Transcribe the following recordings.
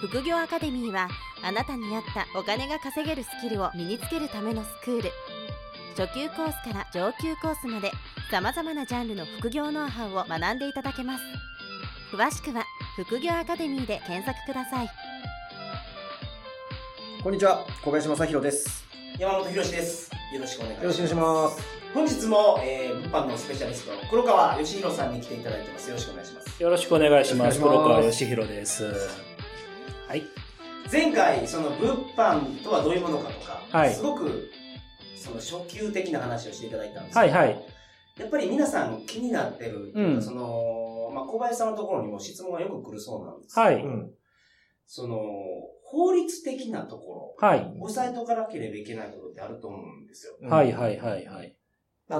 副業アカデミーはあなたに合ったお金が稼げるスキルを身につけるためのスクール初級コースから上級コースまでさまざまなジャンルの副業ノウハウを学んでいただけます詳しくは「副業アカデミー」で検索くださいこんにちは、小林正宏です。山本博史です。よろしくお願いします。よろしくお願いします。本日も、えー、物販のスペシャリスト、黒川義弘さんに来ていただいてます。よろしくお願いします。よろしくお願いします。よろしくお黒願川い義弘です。はい。前回、その物販とはどういうものかとか、はいすごく、その初級的な話をしていただいたんですはけいど、はい。やっぱり皆さん気になってるっていうか、うんその、まあ、小林さんのところにも質問がよく来るそうなんです。はうい。ん。その、法律的なところ、はい。押さえとかなければいけないことってあると思うんですよ。はいはいはいはい。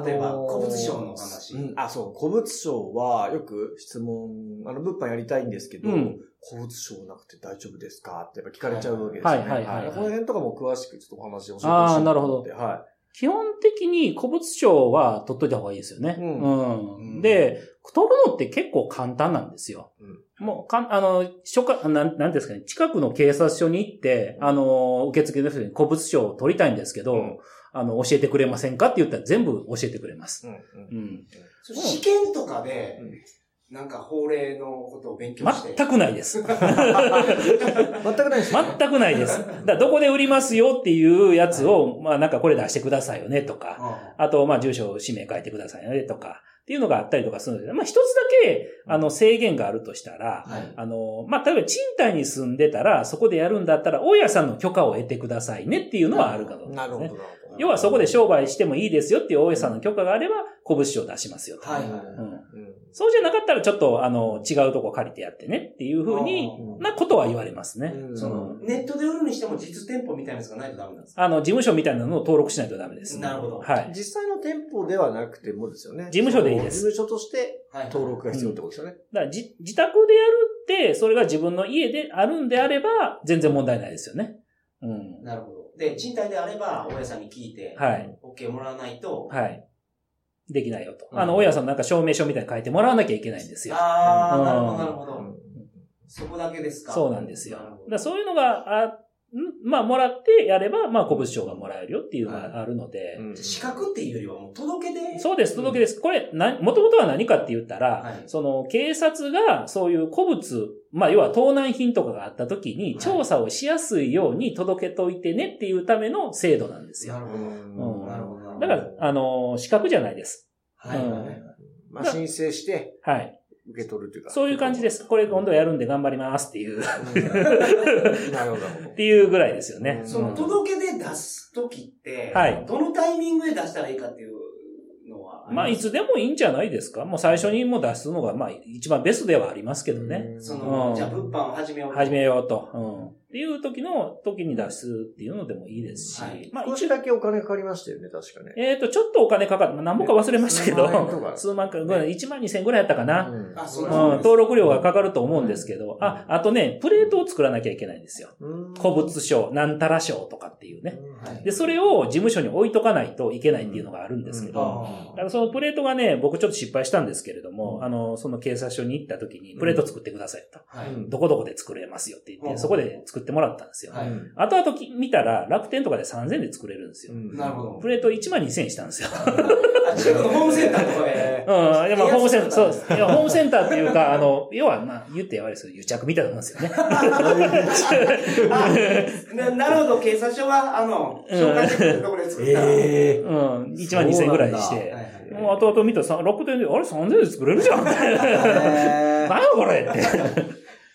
例えば、あのー古物商の話。うんあ、そう、古物商はよく質問、あの、物販やりたいんですけど、うん古物商なくて大丈夫ですかってやっぱ聞かれちゃうわけですよね。はいはいはいはいこの辺とかも詳しくちょっとお話を教えてほしいあーなと思って。は基本的に古物商は取っといた方がいいですよね。ううんん。うんで、取るのって結構簡単なんですよ。うんもう、かん、あの、所か、なん、なんていうんですかね、近くの警察署に行って、あの、受付の人に古物商を取りたいんですけど、うんあの、教えてくれませんかって言ったら全部教えてくれます。い。うん。ううんん。それ試験とかでうん、なんか法令のことを勉強して。全くないです。 全くないですよね。全くないです。だからどこで売りますよっていうやつを、まあなんかこれ出してくださいよねとか、ああとまあ住所、氏名書いてくださいよねとか、っていうのがあったりとかするので、まあ一つだけ、あの制限があるとしたら、はい。あの、まあ、例えば賃貸に住んでたら、そこでやるんだったら、大家さんの許可を得てくださいねっていうのはあるかと思いなまするほど、なねる。ほど。要はそこで商売してもいいですよっていう大家さんの許可があれば、拳を出しますよと。はいうんはいうんうんそうじゃなかったら、ちょっと、あの、違うとこ借りてやってねっていうふうにうんなことは言われますね。うんその、ネットで売るにしても実店舗みたいなやつがないとダメなんですかあの、事務所みたいなのを登録しないとダメです。なるほどはい。実際の店舗ではなくてもですよね。事務所でいいですその事務所としてはい登録が必要ってことですよね。だからじ、自宅でやるって、それが自分の家であるんであれば、全然問題ないですよね。うん。なるほど。で、賃貸であれば、大家さんに聞いて、はい。 OK もらわないと、はい。できないよと。うんあの、大家さんなんか証明書みたいに書いてもらわなきゃいけないんですよ。あうあ、んなるほど、なるほうど。んそこだけですかそうなんですよ。だなるかほどらそういうのが、あんまあ、もらってやれば、まあ、拳賞がもらえるよっていうのはいがあるので、うん資格っていうよりはもう届けで。そうです、届けです。これ、な、もともとは何かって言ったら、はいその、警察が、そういう古物、まあ、要は盗難品とかがあった時に、い調査をしやすいように届けといてねっていうための制度なんですなよ。るほうど。んなるほどなるほど。だから、あのー、資格じゃないです。はいはいはい。まあ、申請してはい。受け取るというか。そういう感じです。これ今度やるんで頑張りますっていう、っ うん。なるほど。ていうぐらいですよね。そのうん届けで出すときって、はいどのタイミングで出したらいいかっていうのはりすまあ、いつでもいいんじゃないですか。もう最初にもう出すのが、まあ、一番ベストではありますけどね。そうんの、じゃあ物販を始めよう。始めようと。うん。っていう時の、時に出すっていうのでもいいですし。はいまあ、少しだけお金かかりましたよね、確かね。えっ、と、ちょっとお金かかって、まあ何本か忘れましたけど、数万円とか数万か、ぐらい、1万2千ぐらいやったかな。うんあうそん、うなんです登録料がかかると思うんですけど、んあ、あとね、プレートを作らなきゃいけないんですよ。うん古物商、なんたら商とかっていうね。うんで、それを事務所に置いとかないといけないっていうのがあるんですけうんど、あだからそのプレートがね、僕ちょっと失敗したんですけれども、あの、その警察署に行った時に、プレート作ってくださいと。あはい。うんどこどこで作れますよって言っうんて、そこで作ってもらったんですよ。はいうん後々き見たら、楽天とかで3000で作れるんですよ。うんなるほど。プレート1万2000したんですよ。あ、近くのホームセンターとかで。うん、いやまあホームセンター、そうで。ですいや、ホームセンターっていうか、あの、要は、まあ、言ってやばいですよ。癒着みたいなもんですよね。す。ななるほど、警察署は、あの、紹介してくれるところで作った。ええ。うん、1万2000ぐらいにしそうはて。いもう後々見たら、さ楽天で、あれ3000で作れるじゃんみたいな。 へー何やこれって。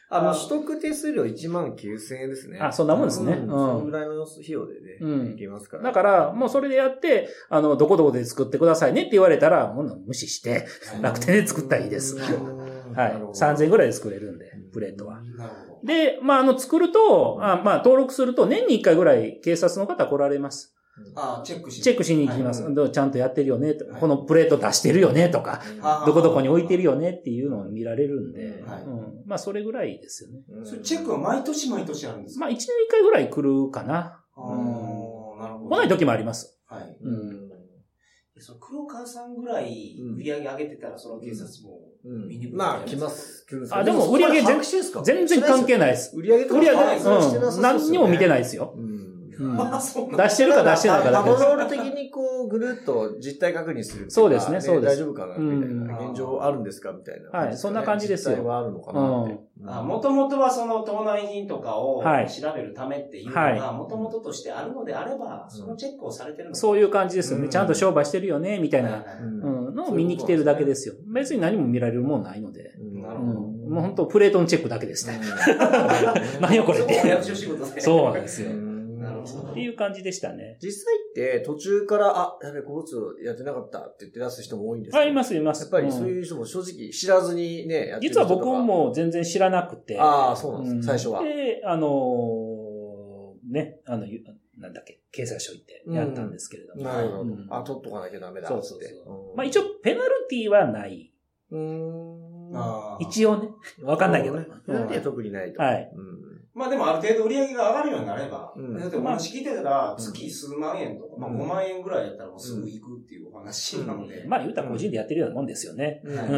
あの、取得手数料1万9000円ですね。あそんなもんですねううんそのぐらいの費用でね、うんいけますから。だから、もうそれでやって、あの、どこどこで作ってくださいねって言われたら、もう無視して、楽天で作ったらいいですうんはい。3000ぐらいで作れるんで。プレートは。なるほで、まあ、あの、作ると、あまあ、登録すると、年に1回ぐらい警察の方来られます。ど。ああ、チェックしチェックしに行きます。はいどうちゃんとやってるよねと、はいこのプレート出してるよねとか、あーどこどこに置いてるよねっていうのを見られるんで、はいうんまあ、それぐらいですよね。それチェックは毎年毎年あるんですかまあ、1年1回ぐらい来るかな。ああ、なるほど。来ない時もあります。はい。うん。その黒川さんぐらい売り上げ上げてたら、その警察も。うん。まあ、来ます。来るんですけどあでも売り上げ全そこまで把握してんすか全然関係い。ないです。売り上げとか売り上げ、把握してなさそうですよん、ね何にも見てないですよ。うん。う んああ、そうなんだ出してるか出してないかだパけトです。ロール的にこう、ぐるっと実態確認するっていか。そうですねそうです大丈夫かなみたいな。うん現状あるんですかみたいな。はいそんな感じですよ実態はあるのかなって。あ、もともとはその盗難品とかをはい調べるためっていうのはいが、もともととしてあるのであれば、んそのチェックをされてるのかそういう感じですよね。うんちゃんと商売してるよね、みたいはな、はうんうん、のを見に来てるだけですよ。別に何も見られるもんないので。うんなうるん、ほどもう本当プレートのチェックだけですうね。ん何よこれそこは役所仕事で。そうなんですよ。うんなるほどっていう感じでしたね。実際って途中から、あ、やべ、交通やってなかったって言って出す人も多いんです。ありますす、います。やっぱりそううんいう人も正直知らずにね、やってる実人はとか僕も全然知らなくて。ああ、そうなんです、うん最初は。で、あのーね、あの、ゆなんだっけ、警察署行ってやったんですけれども。なるほど、うんあ、取っとかなきゃダメだっそつうって。そうそうう。んまあ一応、、ペナルティはない。うーん。ああ一応ね。 わかんないけど。ね。ペナルティは特にないと。はい。うまあでもある程度売り上げが上がるようになれば、うんだってお話聞いてたら、月数万円とか、まあうん5万円ぐらいだったらもうすぐ行くっていうお話なので、まあ言うたら個人でやってるようなもんですよね。ん。はいう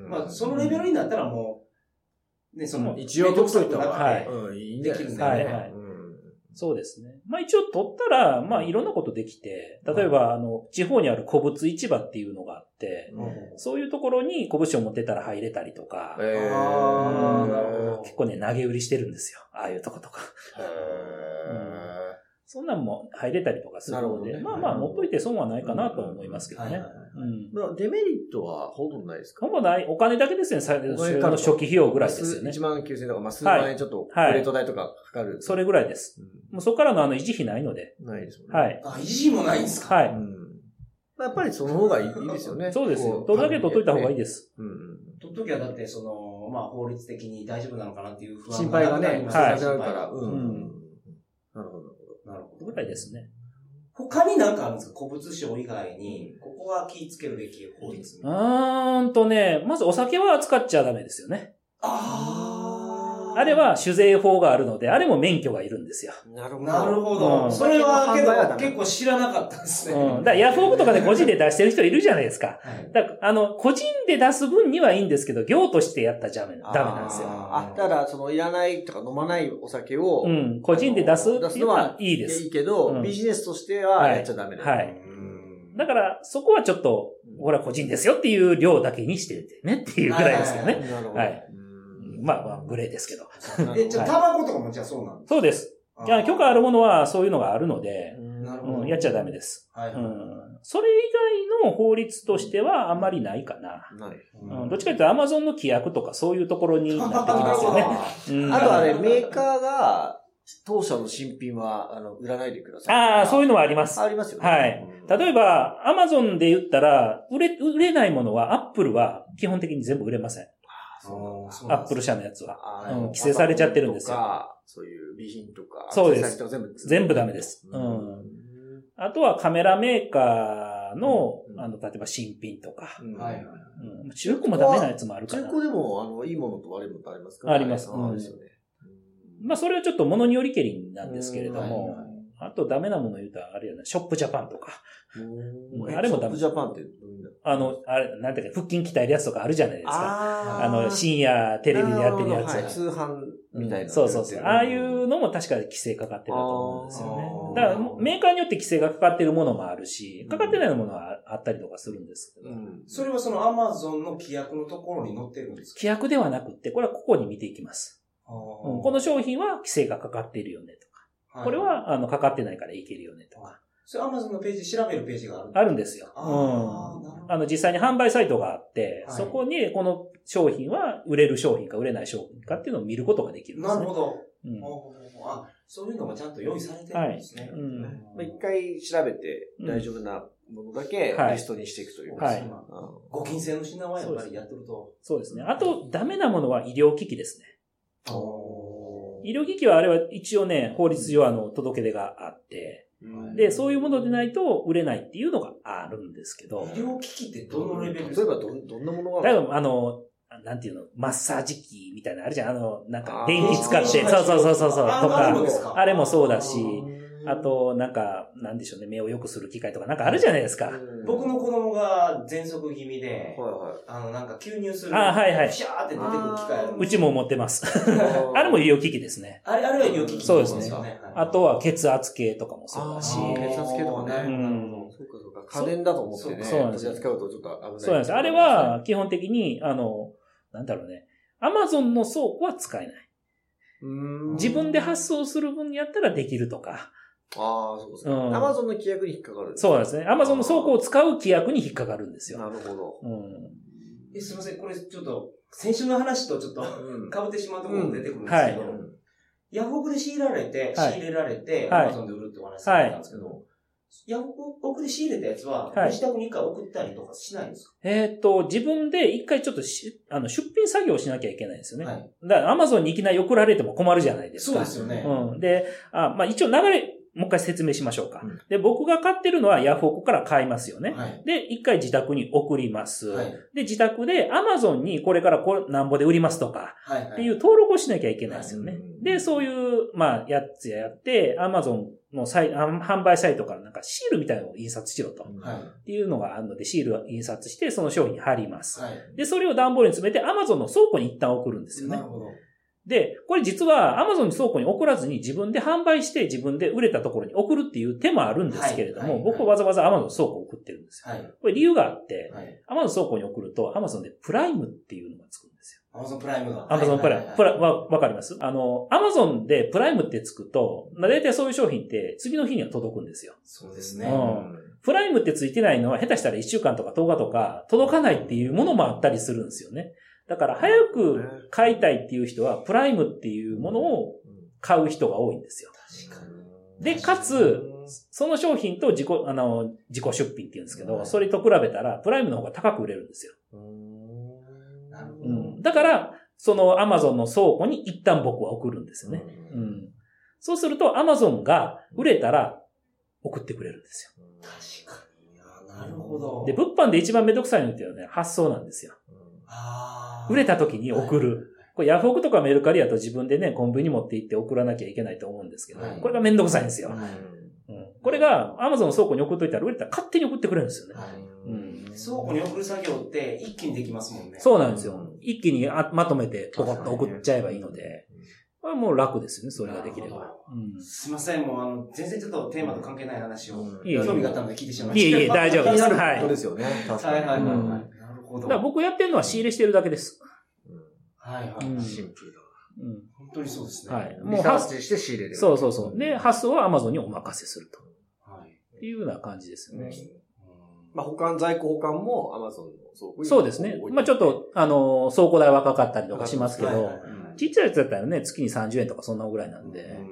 んまあそのレベルになったらもう、ね、その、一応取っといた方面倒くさくなくが、てはいうん、いいんじゃないですかはいね。はいうんそうですね。まあ一応取ったら、まあいろんなことできて、例えば、あの、地方にある古物市場っていうのがあって、うんそういうところに拳を持ってたら入れたりとか、えーあーなるほど結構ね、投げ売りしてるんですよ。ああいうとことか。へーそんなんも入れたりとかするので、なるほまどあねまあ持っといて損はないかなとは思いますけどはいはね。いはいうん。まあデメリットはほとんどないですかほぼない、お金だけですね、最お初金のかかる初期費用ぐらいですよね1。万9000とか、まあ、数万円ちょっと、プレート代とかかかる。それぐらいです。うもうそこからのあの維持費ないので。ん、ないですよね。は。い。あ、維持もないんですかはうい。ん。まあやっぱりその方がいいですよね。 そうですよ。どれだけ取っといた方がいいでです。す。うん取っときはだって、その、まあ法律的に大丈夫なのかなっていうう不ん。安心配がね、なくなりなまくすねなるから。心うんうん。なるほど。配なるほど。ぐらいですね。他になんかあるんですか古物商以外に、ここは気をつけるべき法律みうたいなーんとね、まずお酒は扱っちゃダメですよね。あーあれ、は酒税法があるので、あれも免許がいるんですよ。なるほなるほど。うんそれはけ販売はダメど、結構知らなかったですね。うん。だからヤフオクとかで個人で出してる人いるじゃないですか。はいだから、あの、個人で出す分にはいいんですけど、業としてやったらダメダメなんですよ。あー、あただ、その、いらないとか飲まないお酒を、ういん。個人で出すっていうのはいいいでやいす。いけうどん、ビジネスとしてはやっちゃダメだよはいうんだから、そこはちょっと、俺は個人ですよっていう量だけにしててねっていうぐらいですけどはね。なるほど。はいうんまあまあ、グレーですけど。え、じゃあ、タバコとかもじゃあそうなんそうです。いや許可あるものはそういうのがあるので、なるほどうん、やっちゃダメです。はいうはい。ん。それ以外の法律としてはあんまりないかな。ない。うん、どっちかというと Amazon の規約とかそういうところになってきますよ なるねほ。うんあとはね、メーカーが、当社の新品は、あの、売らないでください。ああ、そういううのはあります。ありますよね。はい例えば、Amazon で言ったら、売れ、売れないものは Apple は基本的に全部売れません。そうなんですね Apple 社のやつは。ばうん規制されちゃってるんですよそういう備品とか、そうですアクセサリーとか全部。全部ダメですうんあとはカメラメーカーの、うんあの、例えば新品とか、うんはいはい。うん、中古もダメなやつもあるか中ら。古でも、あの、いいものと悪いものとありますから、ありますあーですよね。まあ、それはちょっと物によりけりなんですけれども、うんはいあとダメなもの言うたら、あれやな、ショップジャパンとか、うんあれもダメショップジャパンってどういうのあの、あれ、なんていうか、腹筋鍛えるやつとかあるじゃないですか。ああの、ー深夜テレビでやってるやつ。なほどはい通販みたいな。そうそうそう。やつああいうのも確かに規制かかってると思うんですよね。だからあーメーカーによって規制がかかってるものもあるし、かかってないものはあったりとかするんですけど、うんそれはその Amazon の規約のところに載ってるんですか規約ではなくって、これはここに見ていきます。うんこの人商品は規制がかかっているよねとか、これ、はあのかかってないからいけるよねとか、それ Amazon のページ、調べるページがあるあるんですよ。あーなるほうん。どあの、実際に販売サイトがあって、はいそこにこの商品は売れる商品か売れない商品かっていうのを見ることができるんですなるね。ほど。うんあああそういうのがちゃんと用意されてるんですね。いうんまあ、一回調べて大丈夫なものだけはいリストにしていくという。はいうんご金銭の品はやっぱりやってると。そうですね。あと、ダメなものは医療機器ですね。お医療機器はあれは一応ね、法律上あの、届け出があって、うんで、そういうものでないと売れないっていうのがあるんですけど、医療機器ってどのレベル例でえすかばどん、どんなものがだいぶあの、なんていうの、マッサージ機みたいなのあるじゃん。あの、なんかあー電気使って、そうそうそうそうそう、とあーなるほかど、ですかあれもそうあだるし、あ、と、なんか、なんでしょうね、目を良くする機械とかなんかあるじゃないですか。うん僕、の子供が喘息気味で、はあの、なんか吸入する。あはいはいプシャーって出てくる機械あるんうですちも持ってます。いはい。あれも医療機器ですね。あれ、あれは医療機器そうですねってことよあとは、血圧計とかもそうあだーし、血圧計とかね。うんそうかそうか。家電だと思ってね。そうそうなんですよ取り扱うとちょっと危ない。そうなんです。あれは、基本的に、あの、なんだろうね。アマゾンの倉庫は使えない。うん、自分で発送する分やったらできるとか。ああ、そうですか。うんアマゾンの規約に引っかかる。そうなんですね。アマゾンの倉庫を使う規約に引っかかるんですよ。なるほど。うん。え、すいません、これちょっと、先週の話とちょっと、うん 被ってしまうところも出てくるんですけど、うヤフオクで仕入れられて、はい仕入れられて、はアいマゾンで売るってお話されてたんですけど、ヤフオクで仕入れたやつは、はいご自宅に一回送ったりとかしないんですえっ、と、自分で一回ちょっとしあの出品作業をしなきゃいけないんですよか、ね。はい。だから、アマゾンにいきなり送られても困るじゃないですそうか。ですよね。うん。で、あまあ、一応流れ、もう一回説明しましょうか。うんで、僕が買ってるのはヤフオクから買いますよね。はい。で、一回自宅に送ります。はい。で、自宅で Amazon にこれからこれなんぼで売りますとか、はい。っていう登録をしなきゃいけないですよねは。いで、そういう、まあ、やつやって、Amazon のサイあ販売サイトからなんかシールみたいなのを印刷しろと。はい。はい。っていうのがあるので、シールを印刷して、その商品に貼ります。はい。で、それを段ボールに詰めて Amazon の倉庫に一旦送るんですよなねる。ほど。で、これ実は Amazon に倉庫に送らずに自分で販売して自分で売れたところに送るっていう手もあるんですけれどはいはも、い僕はわざわざ Amazon 倉庫を送ってるんですよ。はい。これ理由があって、はい。 Amazon 倉庫に送ると Amazon でプライムっていうのがつくんですよ。アマゾンプライムが。 Amazon プライム。プララわ、わかりますあの、Amazon でプライムってつくと、まあ大体そういう商品って次の日には届くんですよ。そうですね。うんプライムってついてないのは下手したら1週間とか10日とか届かないっていうものもあったりするんですよね。だから早く買いたいっていう人はプライムっていうものを買う人が多いんですよ。確かに。で、かつ、その商品と自己、あの、自己出品って言うんですけど、はいそれと比べたら、プライムの方が高く売れるんですよ。うんなるほどうん。だから、その Amazon の倉庫に一旦僕は送るんですよね。ううんん。そうすると Amazon が売れたら送ってくれるんです確かに。あなるほど。よ。で、物販で一番めんどくさいのっていうのはね、発送なんですよ。あー売れた時に送る。これヤフオクとかメルカリだと自分でね、コンビニ持って行って送らなきゃいけないと思うんですけどはい、これがめんどくさいんですうよ。んうん。これが Amazon の倉庫に送っといたら売れたら勝手に送ってくれるんですよね。はい。うん倉庫に送る作業って一気にできますもんね。そうなんですうよん。一気にあまとめて、ポコッと送っちゃえばいいのでうん、これはもう楽ですよね、それができれなるばほ。うんすいません、もうあの、全然ちょっとテーマと関係ない話を、うんいえいえ興味があったので聞いてしまいまいしえた。いえ、大丈気夫でにす。なるはことい。だでかすよね。確はいはいはかいに。はうい。んなはるほど。ら僕やってるのは仕入れしてるだけです。はいはい、うんシンプルだわうん本当にそうですね。ははい。い。リもうサは、ーチして仕入れる。そうそうそう。で、発送は Amazon にお任せするというような感じですうよんね。うんまあ、保管、在庫保管も Amazon の倉庫にそうですね。まあちょっ、と、あの、倉庫代はかかったりとかしますけはいどはい、はいちっちゃいやつだったらね、月に30円とかそんなぐらいなんうで。ん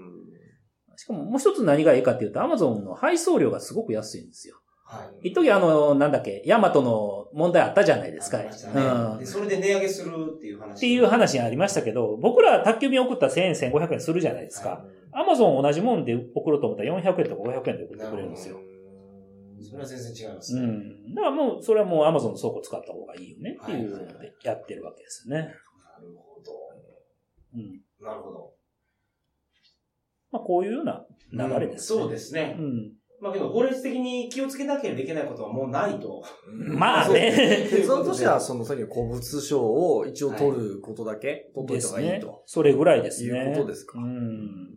しかももう一つ何がいいかっていうと、Amazon の配送料がすごく安いんですよ。はい。一時あの、なんだっけ、ヤマトの問題あったじゃないですか。ありましたねうん。でっそれで値上げするっていう話。ていう話がありましたけど、僕ら宅急便送ったら1000円、1500円するじゃないですか。アマゾン同じもんで送ろうと思ったら400円とか500円で送ってくれるんですよ。それは全然違いまうすね。ん。だからもう、それはもうアマゾンの倉庫使った方がいいよねっていうはいのはいでやってるわけですよね。なるほど。うん。なるほど。まあ、こういうような流れですね。そうですね。うん。まあけど、法律的に気をつけなければいけないことはもうないと。うんまあ ねそう結論としては、そのさっきの古物商を一応取ることだけ、取っといでた方すがいいねと。。それぐらいですね。いうことですかうん。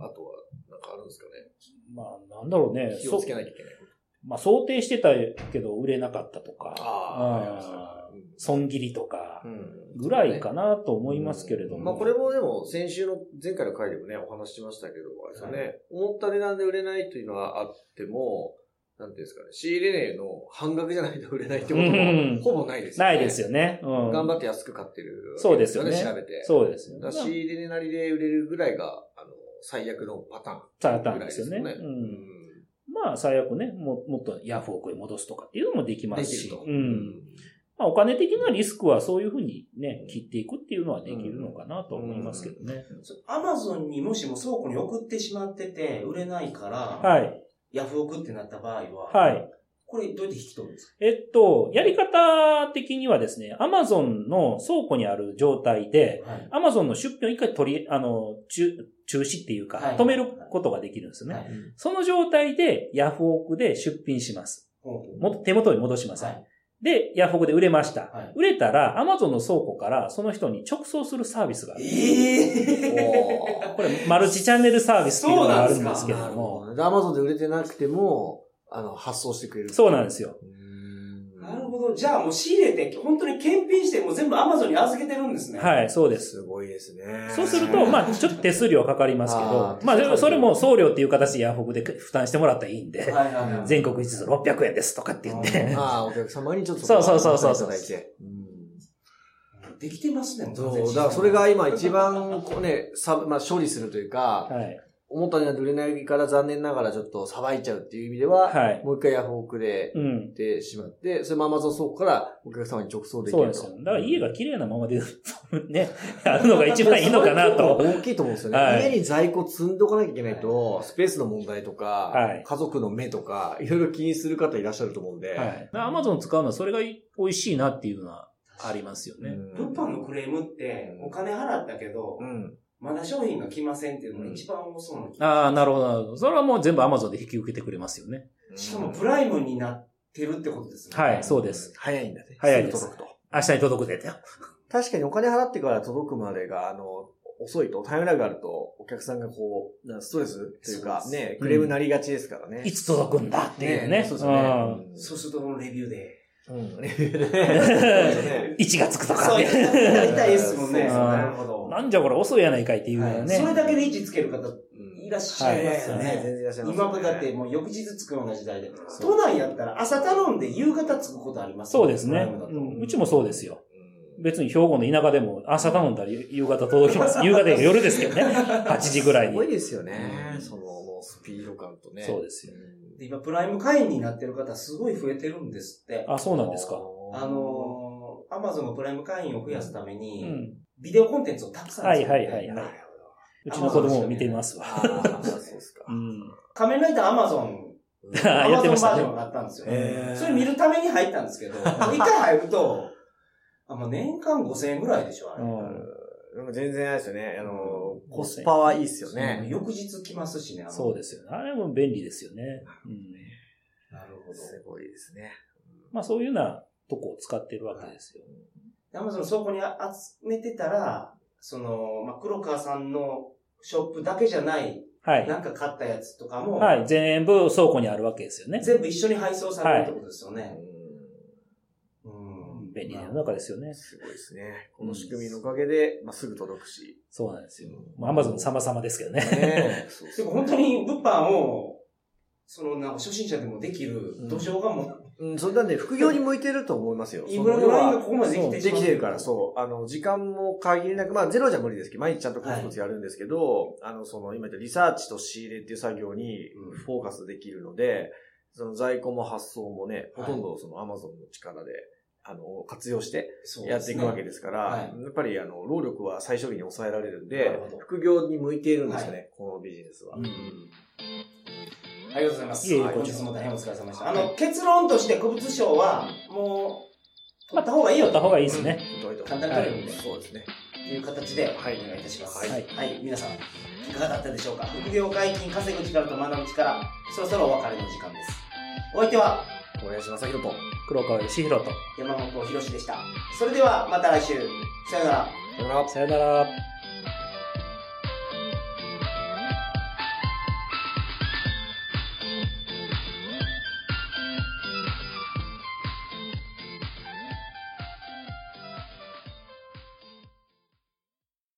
あとは、なんかあるんですかね。まあ、なんだろうね。気をつけなきゃいけないこと。まあ、想定してたけど売れなかったとか。あーわうんかりました損切りとかう、んぐらいかなと思いますけれども。まあこれもでも先週の前回の回でもね、お話ししましたけど、あれですよね、思った値段で売れないというのはあっても、なんていうんですかね、仕入れ値の半額じゃないと売れないってことうんもほぼないですよね。ないですよね。うん。頑張って安く買ってる、そうですよね。調べて。そうですよだね。から仕入れ値なりで売れるぐらいが、あの、最悪のパターン。パターンですよねぐらいうんうんまあ、最悪ね、ももっとヤフオクへ戻すとかっていうのもできまですきし。ると。うん。まあ、お金的なリスクはそういうふうにね、切っていくっていうのはできるのかなと思いますけどね。アマゾンにもしも倉庫に送ってしまってて、売れないから、はい。ヤフオクってなった場合は、はい。これどうやって引き取るんですかえっと、やり方的にはですね、Amazon の倉庫にある状態で、はい。 Amazon の出品を一回取り、あの、中、中止っていうかはい、止めることができるんですよね。はいその状態でヤフオクで出品します。ほうほうも手元に戻します。はいで、ヤフオクで売れました。はい売れたら、Amazon の倉庫からその人に直送するサービスがある。ええおーこれ、マルチチャンネルサービスっていうのがあるんですけどなるほも。どね。アマゾンで売れてなくても、あの、発送してくれる。そうなんですよ。うーん。なるほど。じゃあもう仕入れて、本当に検品して、もう全部 Amazon に預けてるんですね。。はいい、そうです。すごいですね。そうすると、まあ、ちょっと手数料はかかりますけあどー、まあ、手数で料もそれも送料っていう形でヤフオクで負担してもらったらいいんで、はいはいはい。全国一律600円ですとかって言って。ああ、お客様にちょっと。そうそうそうそういただいて。うんできてますね、も完全そにう、だからそれが今一番、こうね、さ、まあ、処理するというか、はい。思ったよりは売れないから残念ながらちょっとさばいちゃうっていう意味では、はいもう一回ヤフオクでうん。売ってしまって、それもアマゾン倉庫からお客様に直送できると。そうですよ。だから家が綺麗なままで、ね、 あるのが一番いいのか なと。大きいと思うんですよね。はい家に在庫積んでおかなきゃいけないと、スペースの問題とか、はい家族の目とか、いろいろ気にする方いらっしゃると思うんで。はい。アマゾン使うのはそれが美味しいなっていうのはありますようね。ん物販のクレームって、お金払ったけどう、ん。まだ商品が来ませんっていうのが一番多そうな気がああ、なるほど、なるほど。それはもう全部アマゾンで引き受けてくれますよね。しかもプライムになってるってことですね。はい、そうです。早いんだね。早いですぐ届くと。明日に届くでって。確かにお金払ってから届くまでが、あの、遅いと、タイムラグがあると、お客さんがこう、なんかストレスというかそ、うですね、クレームになりがちですからね。いつ届くんだっていうね。そうですよね。うんそうするとこのレビューで。うん。ねそう ですね1月とかそう、ね。やりたいですもんね。うんなるほど。なんじゃこれ遅いやないかいっていうようなはいね。それだけで位置つける方 いらっしゃいますよはい全ね。然いらっしゃいますよね今までだってもう翌日着くような時代で。そう都内やったら朝頼んで夕方着くことありますそうですプライねムだと。うんうちもそうですよ。うん別に兵庫の田舎でも朝頼んだら夕方届きます。夕方より夜ですけどね。8時ぐらいすにご。いですよね。うんその、もうスピード感とね。そうですよ。うんで今、プライム会員になってる方すごい増えてるんですって。あ、そうなんですか。あ、のー、アマゾンのプライム会員を増やすためうに、ん。ビデオコンテンツをたくさん作ってはいはいはいはいるほうちどの子供も見てますわ。あーそうですかう。ん。仮面ライダーアマゾン、アあマやってゾンまバしたージねョンがあったんですよ。へーそれ見るために入ったん ですけど、一回入ると、あ、まあ、年間5000円ぐらいでしょ、あれ。うでも全然あれですよね。あのー、うんコスパはいいですようんね。翌日来ますしね、あん、のそうですよね。あれも便利ですよね。うん、なるほすごいですね。まあそういうようなとこを使ってるわけですよ。ど。アマゾン倉庫に集めてたら、その、まあ、黒川さんのショップだけじゃない、はい。なんか買ったやつとかも、はい。全部倉庫にあるわけですよね。全部一緒に配送されるってことですよね。うん便利な世の中ですよね。すごいですね。この仕組みのおかげで、まあ、すぐ届く し。そうなんですよ。まあ、アマゾン様々ですけどね。ねそうでそうも本当に物販を、そのなんか初心者でもできる土壌がもう、うん、それなんで、副業に向いてると思いますよ。インフラのラインがここまでできてしでまうきてるから、そう。あの、時間も限りなく、まあ、ゼロじゃ無理ですけど、毎日ちゃんとコツコツやるんですけど、あの、その、今言ったリサーチと仕入れっていう作業にうんフォーカスできるので、その在庫も発送もね、はほいとんどその Amazon の力で、あの、活用してそうですねやっていくわけですから、はいやっぱり、あの、労力は最小限に抑えられるんなでるほど、副業に向いているんですよね、このビジネスは。うんありがとうございます。いえいえはいこ本ちら日も大変お疲れ様でした。あの、結論として、古物商は、もう、取った方がいいよ取った方がいいっですね。どういうとこ簡単に取れるんでそうですね。という形で、おは願いいいたします。はいはい、皆さん、いかがだったでしょうか副業解禁、稼ぐ力と学ぶ力、そろそろお別れの時間です。お相手は、小林正宏と。 黒川義弘と。山本博史でした。それでは、また来週。さよなら。さよなら。さよなら。